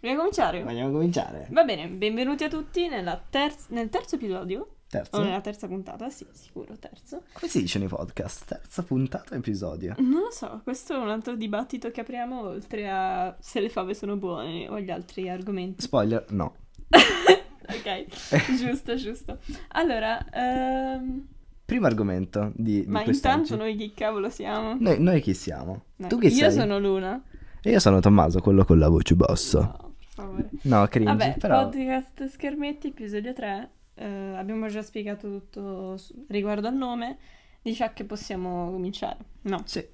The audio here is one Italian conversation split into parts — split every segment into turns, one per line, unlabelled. Vogliamo cominciare?
Vogliamo cominciare?
Va bene, benvenuti a tutti nella terz- nel terzo episodio. O
Terzo?
nella terza puntata, sì, sicuro, terzo.
Come si dice nei podcast? Terza puntata episodio.
Non lo so, questo è un altro dibattito che apriamo oltre a se le fave sono buone o gli altri argomenti.
Spoiler, no.
Ok, giusto, giusto. Allora, ehm,
Primo argomento di, di
ma
quest'oggi.
intanto noi chi cavolo siamo?
Noi, noi chi siamo?
No,
tu chi
Io
sei?
sono Luna.
E io sono Tommaso, quello con la voce bassa.
No, per favore.
No, cringe,
Vabbè,
però...
podcast schermetti, episodio 3. Eh, abbiamo già spiegato tutto su- riguardo al nome. Diciamo che possiamo cominciare. No.
Sì.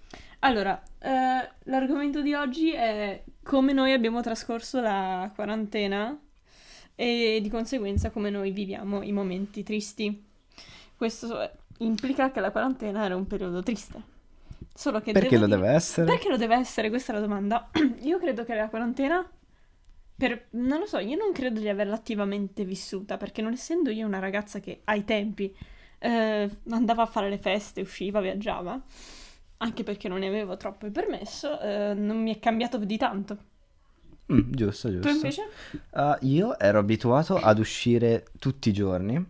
Allora, eh, l'argomento di oggi è come noi abbiamo trascorso la quarantena e di conseguenza come noi viviamo i momenti tristi. Questo è- implica che la quarantena era un periodo triste. Solo che
Perché
devo
lo
dire-
deve essere?
perché lo deve essere? Questa è la domanda. Io credo che la quarantena, per, non lo so, io non credo di averla attivamente vissuta, perché non essendo io una ragazza che ai tempi eh, andava a fare le feste, usciva, viaggiava, anche perché non ne avevo troppo il permesso, eh, non mi è cambiato di tanto.
Mm, giusto, giusto.
Tu invece?
Ah, io ero abituato ad uscire tutti i giorni.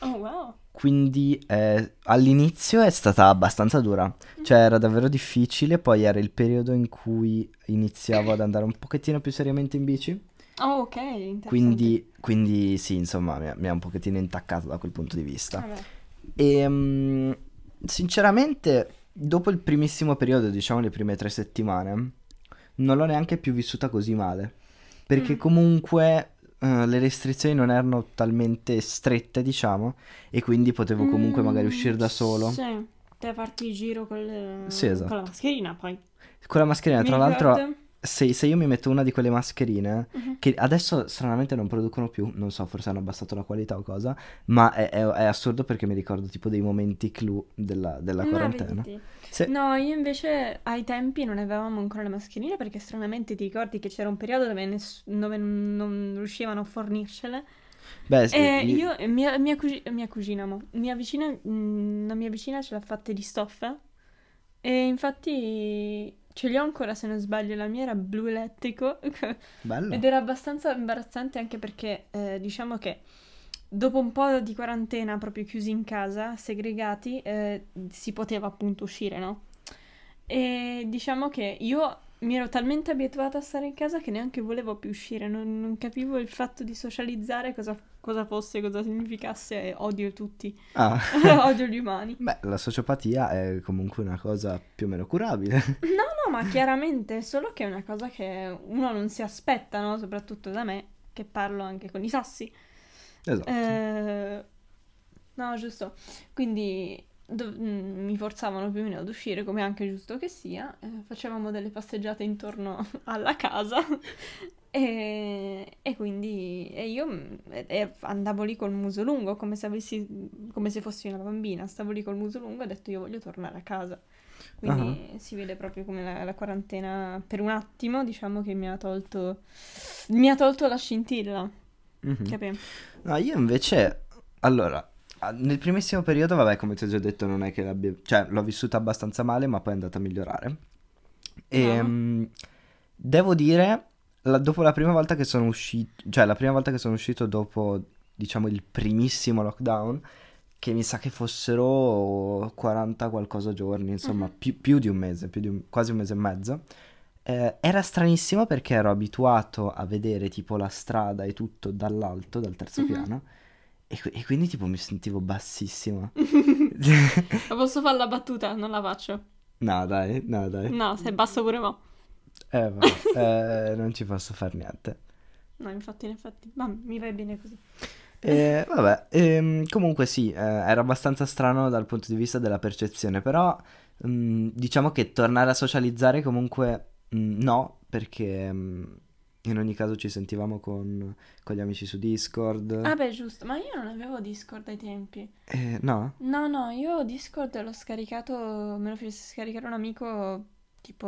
Oh wow.
Quindi eh, all'inizio è stata abbastanza dura, cioè era davvero difficile, poi era il periodo in cui iniziavo ad andare un pochettino più seriamente in bici,
Oh ok, interessante.
quindi, quindi sì, insomma mi ha, mi ha un pochettino intaccato da quel punto di vista.
Vabbè.
E mm, sinceramente dopo il primissimo periodo, diciamo le prime tre settimane, non l'ho neanche più vissuta così male, perché
Mm.
comunque... eh, le restrizioni non erano talmente strette, diciamo, e quindi potevo comunque magari
Mm,
uscire da solo.
Sì, te farti il giro col-
Sì, esatto.
con la mascherina poi.
Con la mascherina,
Mi
tra l'altro,
ricordo-
se, se io mi metto una di quelle mascherine,
Mhm.
che adesso stranamente non producono più, non so, forse hanno abbassato la qualità o cosa, ma è, è- è assurdo perché mi ricordo tipo dei momenti clou della, della
Ma
quarantena.
vedi.
Sì,
No, io invece ai tempi non avevamo ancora la mascherina perché stranamente ti ricordi che c'era un periodo dove, ness- dove non riuscivano a fornircele.
beh, Eh sì,
e
io-
Eh, io, mia, mia, cugi- mia cugina, mo, mia vicina, mm, la mia vicina ce l'ha fatta di stoffa e infatti ce li ho ancora se non sbaglio, la mia era blu elettrico
bello.
ed era abbastanza imbarazzante anche perché eh, diciamo che dopo un po' di quarantena, proprio chiusi in casa, segregati, eh, si poteva appunto uscire, no? E diciamo che io mi ero talmente abituata a stare in casa che neanche volevo più uscire, non, non capivo il fatto di socializzare, cosa, cosa fosse, cosa significasse, e odio tutti,
Ah.
odio gli umani.
Beh, la sociopatia è comunque una cosa più o meno curabile.
No, ma chiaramente, solo che è una cosa che uno non si aspetta, no? Soprattutto da me, che parlo anche con i sassi.
esatto.
Eh, no, giusto. Quindi dov- mm, mi forzavano più o meno ad uscire, come è anche giusto che sia. Eh, facevamo delle passeggiate intorno alla casa. E, e quindi e io mm, e- e andavo lì col muso lungo, come se, avessi, come se fossi una bambina. Stavo lì col muso lungo e ho detto io voglio tornare a casa. Quindi si vede proprio come la, la quarantena per un attimo, diciamo che mi ha tolto, mi ha tolto la scintilla,
Mhm.
capi?
No, io invece, allora, a- nel primissimo periodo, vabbè, come ti ho già detto, non è che l'abbia, cioè, l'ho vissuta abbastanza male, ma poi è andata a migliorare. E
Ah.
mh, devo dire, la- dopo la prima volta che sono uscito, cioè la prima volta che sono uscito dopo, diciamo, il primissimo lockdown, che mi sa che fossero 40 qualcosa giorni, insomma,
Mhm.
più, più di un mese, più di un- quasi un mese e mezzo. Eh, era stranissimo perché ero abituato a vedere tipo la strada e tutto dall'alto, dal terzo
Mhm.
piano, e, qui- e quindi tipo mi sentivo bassissimo.
Ma Posso fare la battuta? Non la faccio.
no, dai, no, dai.
No, se basta pure mo.
Eh, vabbè, eh, non ci posso fare niente.
No, infatti, in effetti. Ma mi va bene così.
Eh, vabbè, ehm, comunque sì, eh, era abbastanza strano dal punto di vista della percezione, però mm, diciamo che tornare a socializzare comunque mm, no, perché mm, in ogni caso ci sentivamo con, con gli amici su Discord.
Ah beh, giusto. Ma io non avevo Discord ai tempi.
Eh, no?
No, no, io Discord l'ho scaricato, me lo fece scaricare un amico tipo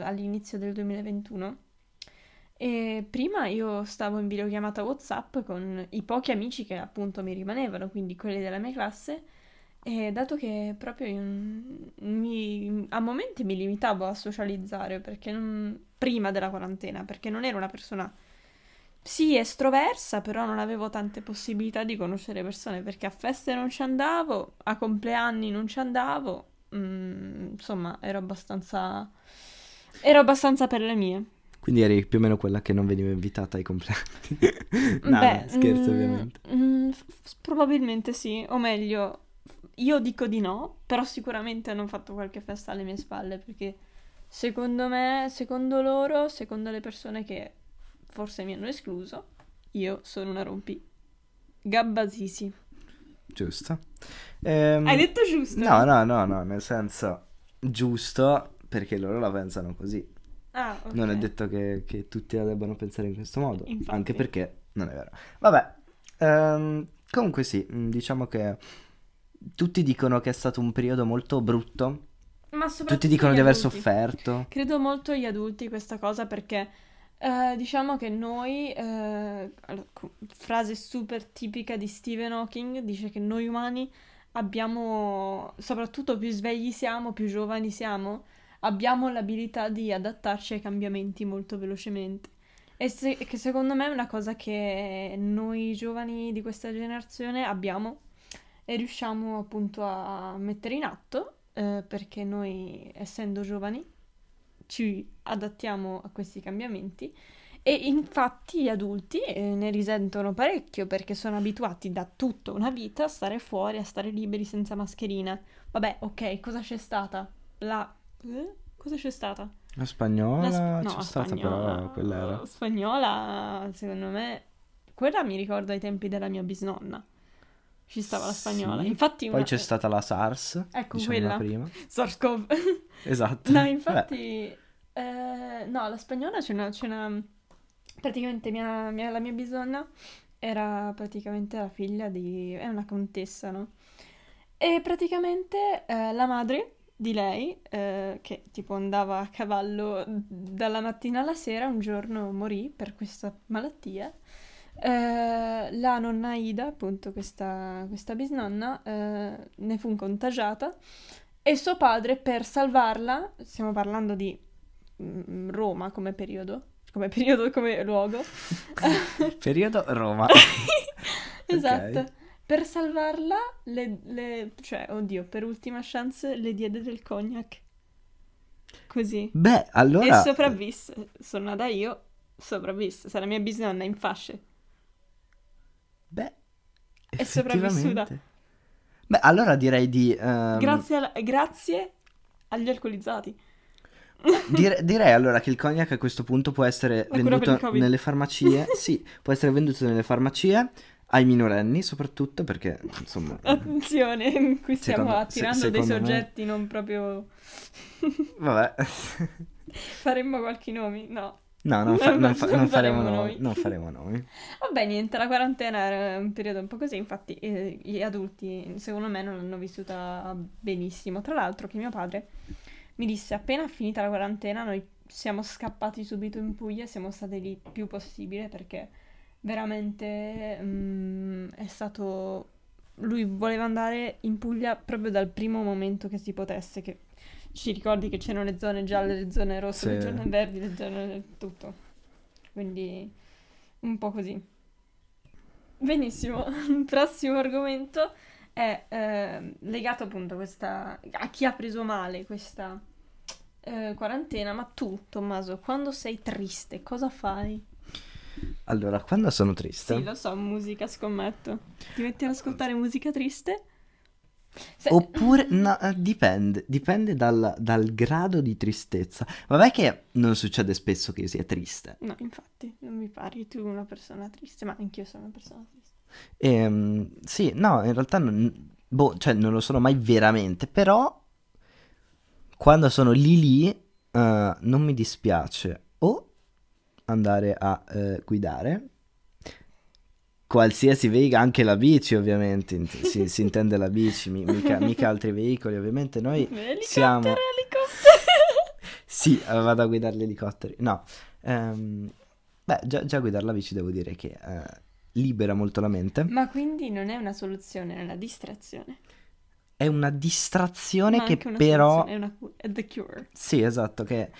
all'inizio del 2021. E prima io stavo in videochiamata WhatsApp con i pochi amici che appunto mi rimanevano, quindi quelli della mia classe. E dato che proprio io n- mi- a momenti mi limitavo a socializzare perché non- prima della quarantena, perché non ero una persona Sì, estroversa, però non avevo tante possibilità di conoscere persone perché a feste non ci andavo, a compleanni non ci andavo, mm, insomma, ero abbastanza... ero abbastanza per le mie.
Quindi eri più o meno quella che non veniva invitata ai compleanni. no,
Beh,
no, scherzo
mm,
ovviamente.
mm, f- f- probabilmente sì, o meglio, io dico di no, però sicuramente hanno fatto qualche festa alle mie spalle perché secondo me, secondo loro, secondo le persone che forse mi hanno escluso, io sono una rompi. Gabbasisi.
Giusto. Ehm,
Hai detto giusto?
No, no, no, no, nel senso giusto perché loro la pensano così.
Ah, ok.
Non è detto che, che tutti la debbano pensare in questo modo,
Infatti.
anche perché non è vero. Vabbè, ehm, comunque sì, mh, diciamo che tutti dicono che è stato un periodo molto brutto,
Ma soprattutto
tutti dicono
gli
di aver
adulti.
sofferto.
Credo molto agli adulti questa cosa perché eh, diciamo che noi, eh, allo- co- frase super tipica di Stephen Hawking, dice che noi umani abbiamo, soprattutto più svegli siamo, più giovani siamo, abbiamo l'abilità di adattarci ai cambiamenti molto velocemente. E se- che secondo me è una cosa che noi giovani di questa generazione abbiamo e riusciamo appunto a mettere in atto, eh, perché noi, essendo giovani, ci adattiamo a questi cambiamenti e infatti gli adulti eh, ne risentono parecchio perché sono abituati da tutta una vita a stare fuori, a stare liberi senza mascherina. Vabbè, ok, cosa c'è stata? La... eh? Cosa c'è stata?
Ah, La spagnola
La sp-
c'è stata però, eh, quella era.
spagnola, secondo me, quella mi ricorda i tempi della mia bisnonna. Ci stava la spagnola.
Sì.
Infatti
Poi
una-
c'è stata la SARS,
Ecco,
diciamo
quella.
la prima.
Sarkov.
Esatto.
No,
Vabbè,
infatti, eh, no, la spagnola c'è una, c'è una- praticamente mia- mia- la mia bisnonna era praticamente la figlia di, è una contessa, no? E praticamente eh, la madre di lei, eh, che tipo andava a cavallo dalla mattina alla sera, un giorno morì per questa malattia. Eh, la nonna Ida, appunto questa, questa bisnonna, eh, ne fu contagiata e suo padre per salvarla, stiamo parlando di mm, Roma come periodo, come periodo, come luogo,
Periodo Roma.
Esatto. Per salvarla, le, le- cioè, oddio, per ultima chance le diede del cognac. Così.
Beh, allora...
E sopravvisse. Sono nata io, sopravvisse. Sarà mia bisnonna in fasce.
Beh,
È sopravvissuta.
effettivamente. Beh, allora direi di... ehm,
Grazie, alla- grazie agli alcolizzati.
dire- direi allora che il cognac a questo punto può essere
La cura per il
venduto
Covid.
nelle farmacie. sì, può essere venduto nelle farmacie ai minorenni soprattutto perché, insomma...
Attenzione, qui stiamo
Secondo- se-
attirando dei
secondo me-
soggetti non proprio...
Vabbè.
Faremmo qualche nome? No.
No, non, fa-
Non
non fa-
faccio-
non
non
faremo
faremo
noi.
noi.
Non faremo noi.
Vabbè, niente, la quarantena era un periodo un po' così, infatti eh, gli adulti secondo me non l'hanno vissuta benissimo. Tra l'altro che mio padre mi disse appena finita la quarantena noi siamo scappati subito in Puglia, siamo stati lì il più possibile perché veramente mm, è stato... Lui voleva andare in Puglia proprio dal primo momento che si potesse, che ci ricordi che c'erano le zone gialle, le zone rosse, le
Sì.
zone verdi, le zone tutto. Quindi un po' così. Benissimo, il prossimo argomento è ehm, legato appunto a questa a chi ha preso male questa eh, quarantena, ma tu, Tommaso, quando sei triste, cosa fai?
Allora, quando sono triste...
Sì, lo so, musica, scommetto. Ti metti ad ascoltare musica triste? Se-
Oppure, no, eh, dipende, dipende dal, dal grado di tristezza. Vabbè che non succede spesso che sia triste.
No, infatti, non mi pari tu una persona triste, ma anch'io sono una persona triste.
Ehm, sì, no, in realtà non, boh, cioè, non lo sono mai veramente, però quando sono lì lì eh, non mi dispiace o andare a eh, guidare qualsiasi veicolo, anche la bici ovviamente, int- si, si intende la bici, mi- mica, mica altri veicoli, ovviamente noi
Elicottero,
siamo...
elicottero!
Sì, eh, vado a guidare gli elicotteri. No, ehm, beh, già, già guidare la bici devo dire che eh, libera molto la mente.
ma quindi non è una soluzione, è una distrazione.
È una distrazione
Ma
che
anche una
però...
soluzione, è una cu- è the cure.
Sì, esatto, che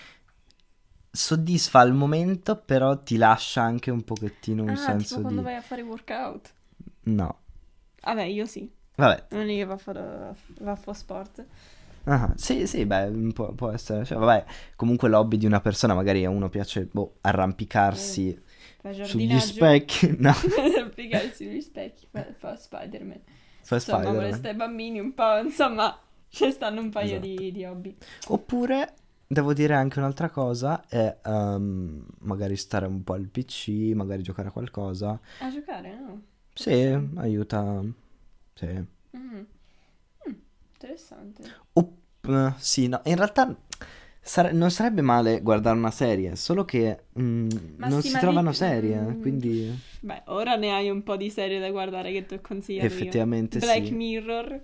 soddisfa al momento, però ti lascia anche un pochettino un
ah,
senso
tipo quando
di...
vai a fare workout.
No.
Vabbè, io sì.
Vabbè,
Non è che va a fare va a fare sport.
Ah, sì, sì, beh, può, può essere. Cioè, vabbè, comunque l'hobby di una persona, magari a uno piace boh, arrampicarsi
Fa
sugli
Eh, giardinaggio.
specchi. No,
Piegarsi sugli specchi. Fa, fa Spider-Man.
fa
Insomma,
Spider-Man.
quando stai bambini un po', insomma, ci stanno un paio
Esatto.
di, di hobby.
Oppure, devo dire anche un'altra cosa, è ehm, magari stare un po' al PC, magari giocare a qualcosa.
A giocare, no? Mm-hmm.
Sì, aiuta. Sì.
Mm. Mm, interessante.
Opp- eh, sì, no, in realtà sare- non sarebbe male guardare una serie, solo che mm,
Ma
non
sì,
si
ma
trovano
lì-
serie,
mm.
quindi...
Beh, ora ne hai un po' di serie da guardare che ti ho consigliato io.
Effettivamente
Black
sì.
Mirror.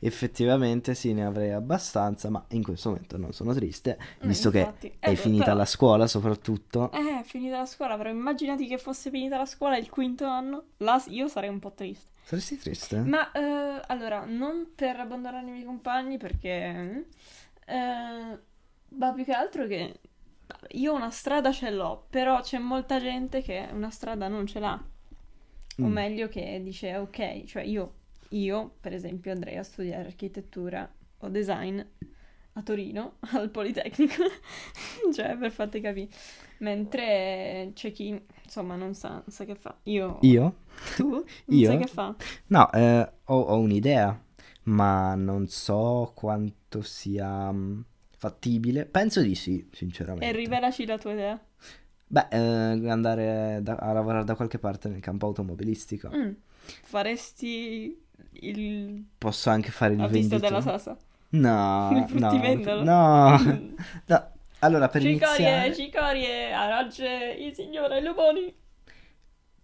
Effettivamente sì, ne avrei abbastanza, ma in questo momento non sono triste,
Mm,
visto che
infatti. Eh,
è
beh,
finita
però-
la scuola soprattutto.
Eh, è finita la scuola, però immaginati che fosse finita la scuola il quinto anno. Là s- io sarei un po' triste.
Saresti triste?
Ma eh, allora, non per abbandonare i miei compagni perché... eh, ma più che altro che io una strada ce l'ho, però c'è molta gente che una strada non ce l'ha. O
Mm.
meglio che dice ok, cioè io, io per esempio andrei a studiare architettura o design a Torino al Politecnico, cioè per farti capire. Mentre c'è chi insomma non sa, non sa che fa. Io,
Io?
tu, non
Io?
sai che fa.
No, eh, ho, ho un'idea, ma non so quanto sia mm, fattibile. Penso di sì, sinceramente.
E rivelaci la tua idea.
Beh, eh, andare da- a lavorare da qualche parte nel campo automobilistico.
Mm. Faresti il
Posso anche fare il
autista della
venditore.
Sasa?
No,
Il
no,
fruttivendolo?
no,
Mm.
no. Allora, per
cicorie,
Ah, iniziare...
cicorie, arance, il signore Luboni.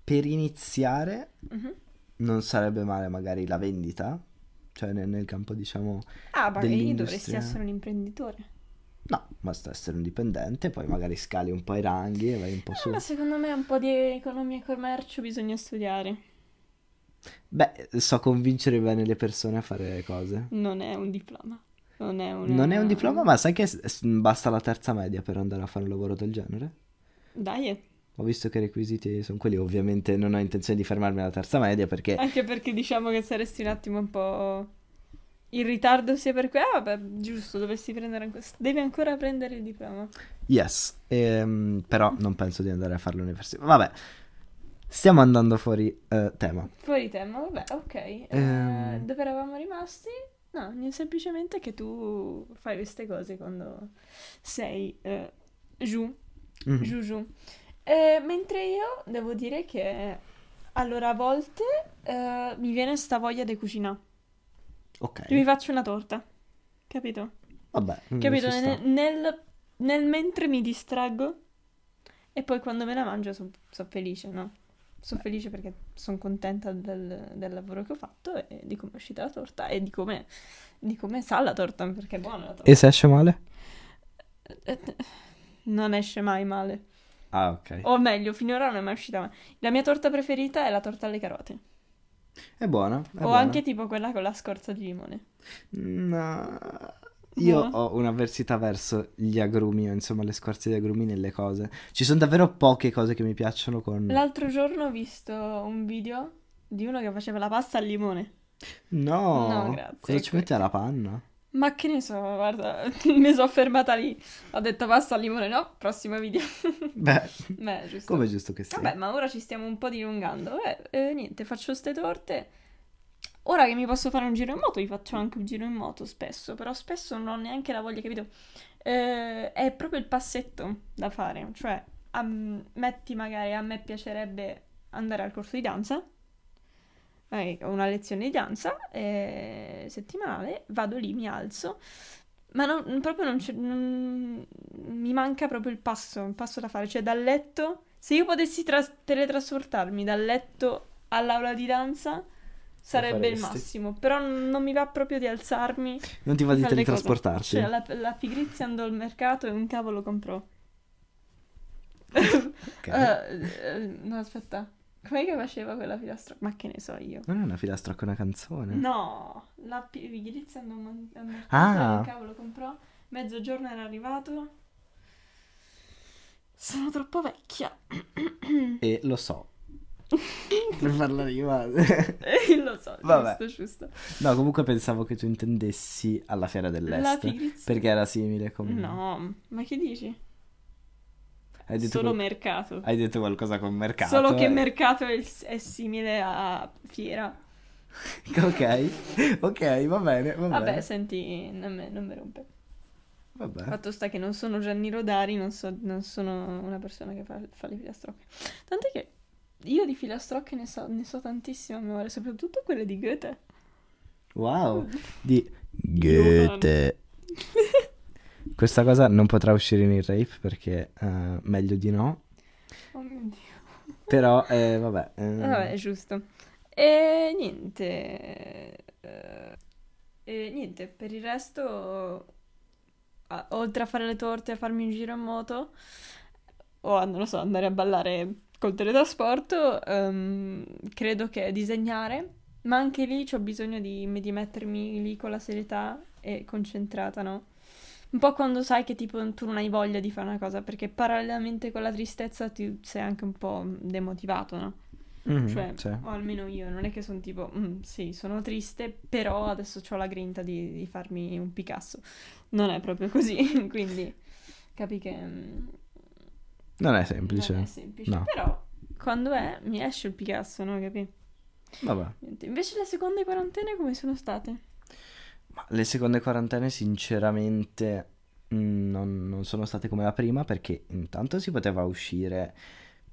Per iniziare
Mhm.
non sarebbe male magari la vendita, cioè nel, nel campo diciamo
Ah, ma lì dovresti
Dell'industria.
essere un imprenditore.
no, basta essere un dipendente, poi magari scali un po' i ranghi e vai un po'
Eh,
su.
Ma secondo me un po' di economia e commercio bisogna studiare.
Beh, so convincere bene le persone a fare le cose.
Non è un diploma. Non è, una...
Non è un diploma, ma sai che s- s- basta la terza media per andare a fare un lavoro del genere?
Dai, eh.
Ho visto che i requisiti sono quelli, ovviamente non ho intenzione di fermarmi alla terza media perché
anche perché diciamo che saresti un attimo un po' in ritardo sia per quello. Ah, vabbè, giusto, dovresti prendere ancora... Devi ancora prendere il diploma.
Yes, ehm, però non penso di andare a fare l'università. Vabbè, stiamo andando fuori eh, tema.
Fuori tema, vabbè, ok. Eh,
Ehm.
dove eravamo rimasti? No, niente, semplicemente che tu fai queste cose quando sei eh, giù,
Mhm.
giù, giù. Eh, mentre io devo dire che allora a volte eh, mi viene sta voglia di cucinare.
Ok,
Io mi faccio una torta, capito?
vabbè. mm,
Capito?
ci sta.
Ne- Nel, nel mentre mi distraggo e poi quando me la mangio sono felice, no? Sono felice perché sono contenta del, del lavoro che ho fatto e di come è uscita la torta e di come, di come sa la torta, perché è buona la torta. Eh,
E se esce male?
Non esce mai male.
Ah, ok.
O meglio, finora non è mai uscita male. La mia torta preferita è la torta alle carote.
È buona. È
o anche tipo quella con la scorza di limone.
Mm, No. Io
No.
ho un'avversità verso gli agrumi, o insomma le scorze di agrumi nelle cose. Ci sono davvero poche cose che mi piacciono con...
L'altro giorno ho visto un video di uno che faceva la pasta al limone.
No,
No, grazie, ecco.
cosa ci
que-
metti alla panna?
Ma che ne so, guarda, mi sono fermata lì. Ho detto basta al limone, no, prossimo video.
Beh,
Beh, giusto.
come è giusto che sia.
Vabbè, ma ora ci stiamo un po' dilungando. Beh, eh, niente, faccio ste torte. Ora che mi posso fare un giro in moto, vi faccio anche un giro in moto spesso, però spesso non ho neanche la voglia, capito? Eh, è proprio il passetto da fare, cioè, a m- metti magari, a me piacerebbe andare al corso di danza, eh, ho una lezione di danza eh, settimanale, vado lì, mi alzo, ma non- proprio non c'è. non- mi manca proprio il passo, il passo da fare. Cioè, dal letto. Se io potessi tras- teletrasportarmi dal letto all'aula di danza, sarebbe il
faresti.
massimo. Però non mi va proprio di alzarmi.
Non ti va di
fare le cose.
teletrasportarti?
Cioè, la, la pigrizia andò al mercato e un cavolo comprò.
Ok.
Eh, eh, no, aspetta. Com'è che faceva quella filastra? Ma che ne so io.
Non è una filastra con una canzone?
No, la pi- pigrizia andò man- al mercato
Eh. Ah.
e un cavolo comprò. Mezzogiorno era arrivato. Sono troppo vecchia.
E lo so. per farla rimane.
Lo so,
Vabbè.
giusto, giusto.
No, comunque pensavo che tu intendessi alla fiera
La
dell'est.
pigrizia.
Perché era simile come...
No, ma che dici?
Hai detto,
Solo
qual-
mercato.
hai detto qualcosa con mercato.
Solo che
eh.
mercato è, è simile a fiera.
ok, ok, va bene, va
Vabbè,
bene.
senti, non me, non me rompe.
Vabbè.
Fatto sta che non sono Gianni Rodari, non, so- non sono una persona che fa, fa le filastrocche. Tant'è che io di filastrocche ne so, ne so tantissime a memoria, soprattutto quelle di Goethe.
Wow.
Mm.
Di Goethe. Questa cosa non potrà uscire in rape perché eh, meglio di no.
Oh mio Dio.
Però, eh, vabbè. eh,
Vabbè, giusto. E niente. eh, E niente, per il resto, a- oltre a fare le torte e a farmi un giro in moto, o a- non lo so, andare a ballare col teletrasporto, ehm, credo che disegnare, ma anche lì ho bisogno di, di mettermi lì con la serietà e concentrata, no? Un po' quando sai che tipo tu non hai voglia di fare una cosa, perché parallelamente con la tristezza ti sei anche un po' demotivato, no?
mhm,
Cioè,
sì.
o almeno io, non è che sono tipo, "Mm, sì, sono triste, però adesso ho la grinta di, di farmi un Picasso. Non è proprio così, quindi capi che mm,
Non è semplice.
non è semplice.
No.
Però quando è, mi esce il Picasso, no? Capi?
Vabbè.
Niente. Invece le seconde quarantene come sono state?
Ma le seconde quarantene, sinceramente, mh, non, non sono state come la prima perché intanto si poteva uscire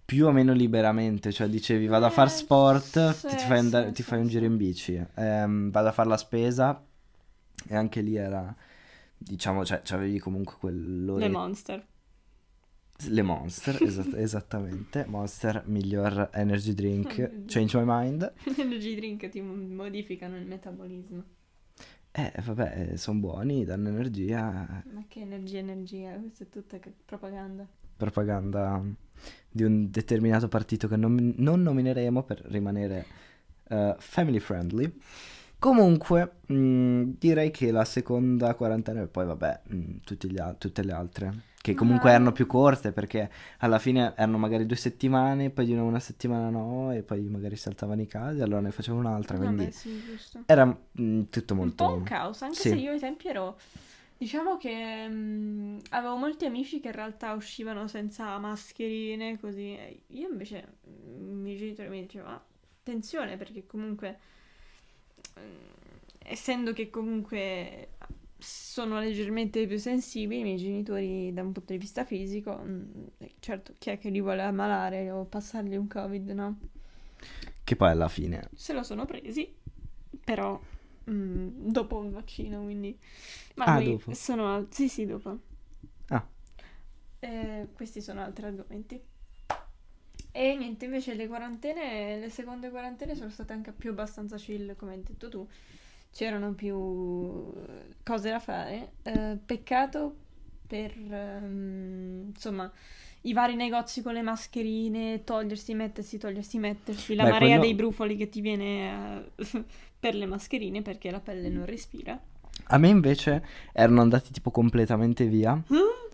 più o meno liberamente, cioè dicevi vado a far
Eh,
sport,
sì,
ti, fai, andare-
sì,
ti
sì,
fai un
sì.
giro in bici, ehm, vado a fare la spesa e anche lì era, diciamo, cioè, avevi comunque quell'ora...
Le Monster.
Le Monster, esat- esattamente, Monster, miglior energy
Oh mio
drink,
Dio.
change my mind.
Energy drink ti mo- modificano il metabolismo.
Eh, vabbè, sono buoni, danno energia,
Ma che energia, energia, questa è tutta che- propaganda.
propaganda di un determinato partito che nom- non nomineremo per rimanere eh, family friendly. Comunque, mh, direi che la seconda quarantena e poi vabbè, mh, tutti gli al- tutte le altre, che comunque
Ma-
erano più corte perché alla fine erano magari due settimane, poi di nuovo una settimana no, e poi magari saltavano i casi, allora ne facevo un'altra,
Vabbè,
quindi
sì, giusto.
era mh, tutto
Ah, un
molto...
po' un caos, anche
sì.
se io ai tempi ero. Diciamo che mm, avevo molti amici che in realtà uscivano senza mascherine, così. E Io invece, mm, i miei genitori mi dicevano, "Ah, attenzione, perché comunque, mm, essendo che comunque sono leggermente più sensibili, i miei genitori da un punto di vista fisico, mm, certo, chi è che li vuole ammalare o passargli un covid, no?
Che poi alla fine...
se lo sono presi, però mm, dopo il vaccino, quindi... Ma
Ah,
noi
dopo.
sono... al- Sì, sì, dopo.
Ah.
Eh, questi sono altri argomenti. E niente, invece le quarantene, le seconde quarantene sono state anche più abbastanza chill, come hai detto tu. C'erano più cose da fare. Eh, peccato per, ehm, insomma, i vari negozi con le mascherine, togliersi, mettersi, togliersi, mettersi, la
Beh,
marea
quello-
dei brufoli che ti viene eh, per le mascherine perché la pelle non respira.
A me invece erano andati tipo completamente via.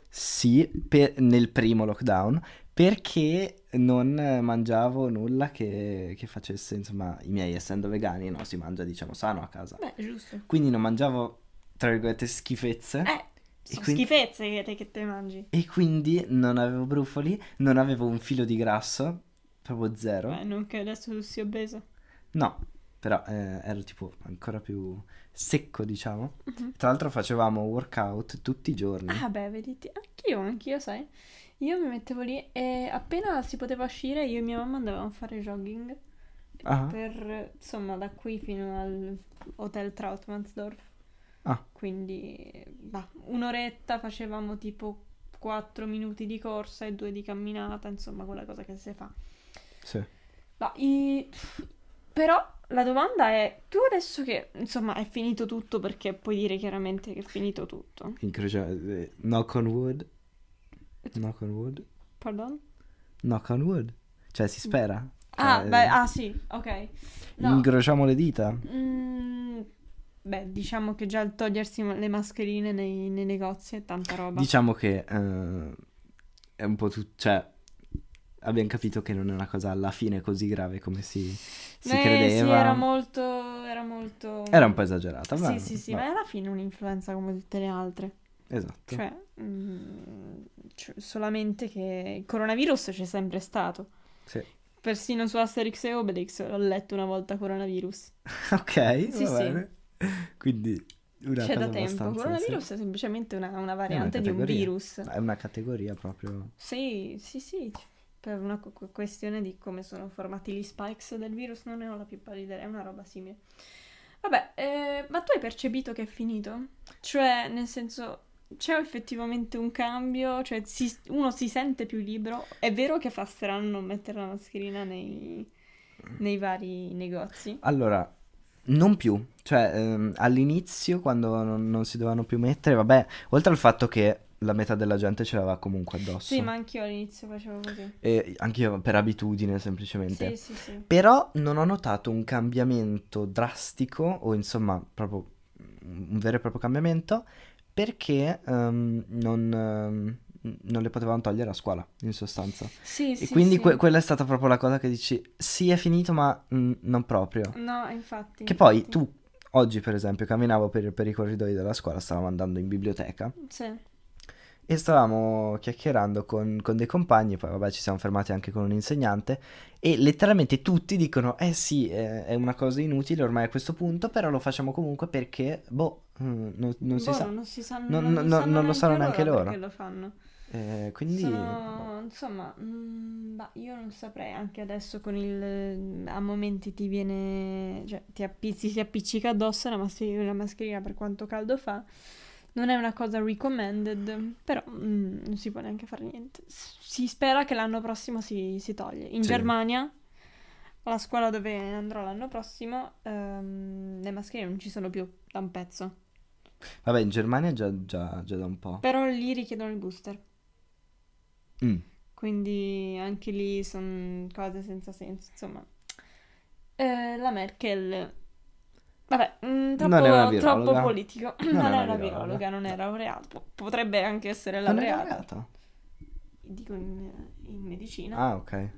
Sì, per- nel primo lockdown, perché non eh, mangiavo nulla che, che facesse, insomma, i miei essendo vegani, no, si mangia, diciamo, sano a casa.
Beh, giusto.
Quindi non mangiavo, tra virgolette, schifezze.
Eh, sono
quindi-
schifezze che te, che te mangi.
E quindi non avevo brufoli, non avevo un filo di grasso, proprio zero.
Beh, non che adesso tu sia obeso.
No, però eh, ero tipo ancora più secco, diciamo.
Mhm.
Tra l'altro facevamo workout tutti i giorni.
Ah, beh, vedete, anch'io, anch'io, sai. Io mi mettevo lì e appena si poteva uscire, io e mia mamma andavamo a fare jogging
Ah.
per, insomma, da qui fino al hotel Trautmannsdorf.
Ah.
Quindi, bah, un'oretta facevamo tipo 4 minuti di corsa e 2 di camminata, insomma, quella cosa che si fa.
Sì.
Ma i- Però la domanda è, tu adesso che, insomma, è finito tutto, perché puoi dire chiaramente che è finito tutto.
Incrocia- eh, Knock on wood. Knock on wood.
Pardon?
Knock on wood. Cioè, si spera.
Ah,
Cioè,
beh, ah sì, ok. No.
Incrociamo le dita.
Mm, beh, diciamo che già il togliersi le mascherine nei, nei negozi è tanta roba.
Diciamo che eh, è un po' tutto... cioè abbiamo capito che non è una cosa alla fine così grave come si, si
Eh,
credeva.
Sì, era molto... Era molto...
Era un po' esagerata, ma...
Sì, sì, sì, ma alla fine è un'influenza come tutte le altre.
Esatto.
Cioè, mm, cioè, solamente che il coronavirus c'è sempre stato.
Sì.
Persino su Asterix e Obelix ho letto una volta coronavirus.
Ok,
Sì,
va
sì.
bene. Quindi una
c'è
cosa
da tempo.
abbastanza...
Coronavirus
sì.
è semplicemente una, una variante di un
categoria.
virus.
Ma È una categoria proprio...
Sì, sì, sì. Per una co- co- questione di come sono formati gli spikes del virus, non ne ho la più pallida, idea, è una roba simile. Vabbè, eh, ma tu hai percepito che è finito? Cioè, nel senso, c'è effettivamente un cambio? Cioè, si- uno si sente più libero? È vero che fa strano non mettere la mascherina nei, nei vari negozi?
Allora, non più, cioè ehm, all'inizio quando non, non si dovevano più mettere, vabbè, oltre al fatto che la metà della gente ce l'aveva comunque addosso.
Sì, ma anch'io all'inizio facevo così.
E anche io per abitudine semplicemente.
Sì, sì, sì.
Però non ho notato un cambiamento drastico, o insomma, proprio un vero e proprio cambiamento, perché ehm, non, ehm, non le potevano togliere a scuola, in sostanza.
Sì,
E
sì,
quindi
sì.
que- quella è stata proprio la cosa che dici, sì, è finito, ma mm, non proprio.
No, infatti.
Che poi
infatti.
tu, oggi per esempio, camminavo per, per i corridoi della scuola, stavamo andando in biblioteca
Sì.
e stavamo chiacchierando con, con dei compagni, poi vabbè ci siamo fermati anche con un insegnante e letteralmente tutti dicono, eh sì, eh, è una cosa inutile ormai a questo punto, però lo facciamo comunque perché, boh, mm, non, non si
Boh,
sa.
Non, si sanno,
Non-
non,
non-
lo
non-
sanno
non lo
neanche
sanno neanche loro.
Perché lo fanno.
Eh, quindi... boh.
Sono, insomma, mm, bah, io non saprei, anche adesso con il... a momenti ti viene, cioè ti appizzi, si appiccica addosso la mascherina, la mascherina per quanto caldo fa. Non è una cosa recommended, però mm, non si può neanche fare niente. S- Si spera che l'anno prossimo si, si toglie. In
Sì.
Germania, alla scuola dove andrò l'anno prossimo, ehm, le mascherine non ci sono più da un pezzo.
Vabbè, in Germania già, già- già da un po'.
Però lì richiedono il booster.
Mm.
Quindi anche lì sono cose senza senso, insomma. Eh, la Merkel... Vabbè, mm, troppo,
Non è una virologa.
troppo politico. Non,
è
era
una
una
virologa.
virologa, non era laureata. Po- Potrebbe anche essere
Non è
laureata.
laureata?
Dico in, in medicina.
Ah, ok.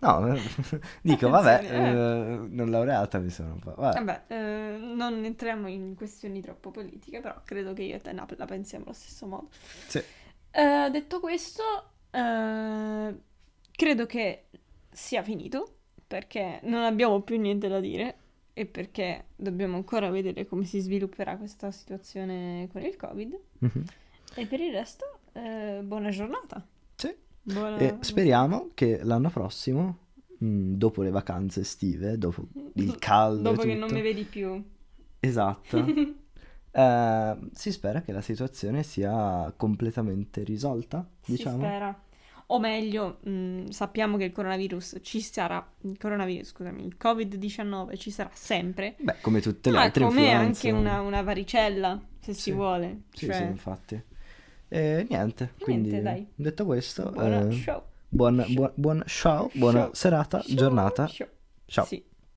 No, dico, vabbè, eh, non laureata mi sono un po'... vabbè.
Vabbè, eh, non entriamo in questioni troppo politiche, però credo che io e te no, la pensiamo allo stesso modo.
Sì.
Eh, detto questo, eh, credo che sia finito perché non abbiamo più niente da dire e perché dobbiamo ancora vedere come si svilupperà questa situazione con il Covid.
Mhm.
E per il resto, eh, buona giornata.
Sì.
Buona...
E Eh, speriamo che l'anno prossimo, mh, dopo le vacanze estive, dopo il caldo, e
Dopo che non
tutto,
mi vedi più.
esatto, eh, si spera che la situazione sia completamente risolta, diciamo.
Si spera. O meglio, mh, sappiamo che il coronavirus ci sarà, il coronavirus, scusami, il Covid-19 ci sarà sempre,
Beh, come tutte le
ma
altre
Ah, come
influenze.
anche una, una varicella, se
Sì.
si vuole.
Sì,
cioè,
sì, infatti. E niente, quindi
dai.
detto questo,
buona
eh,
show.
buon, buon- buon ciao, buona
Show.
serata,
Show,
giornata.
show.
Ciao.
Sì.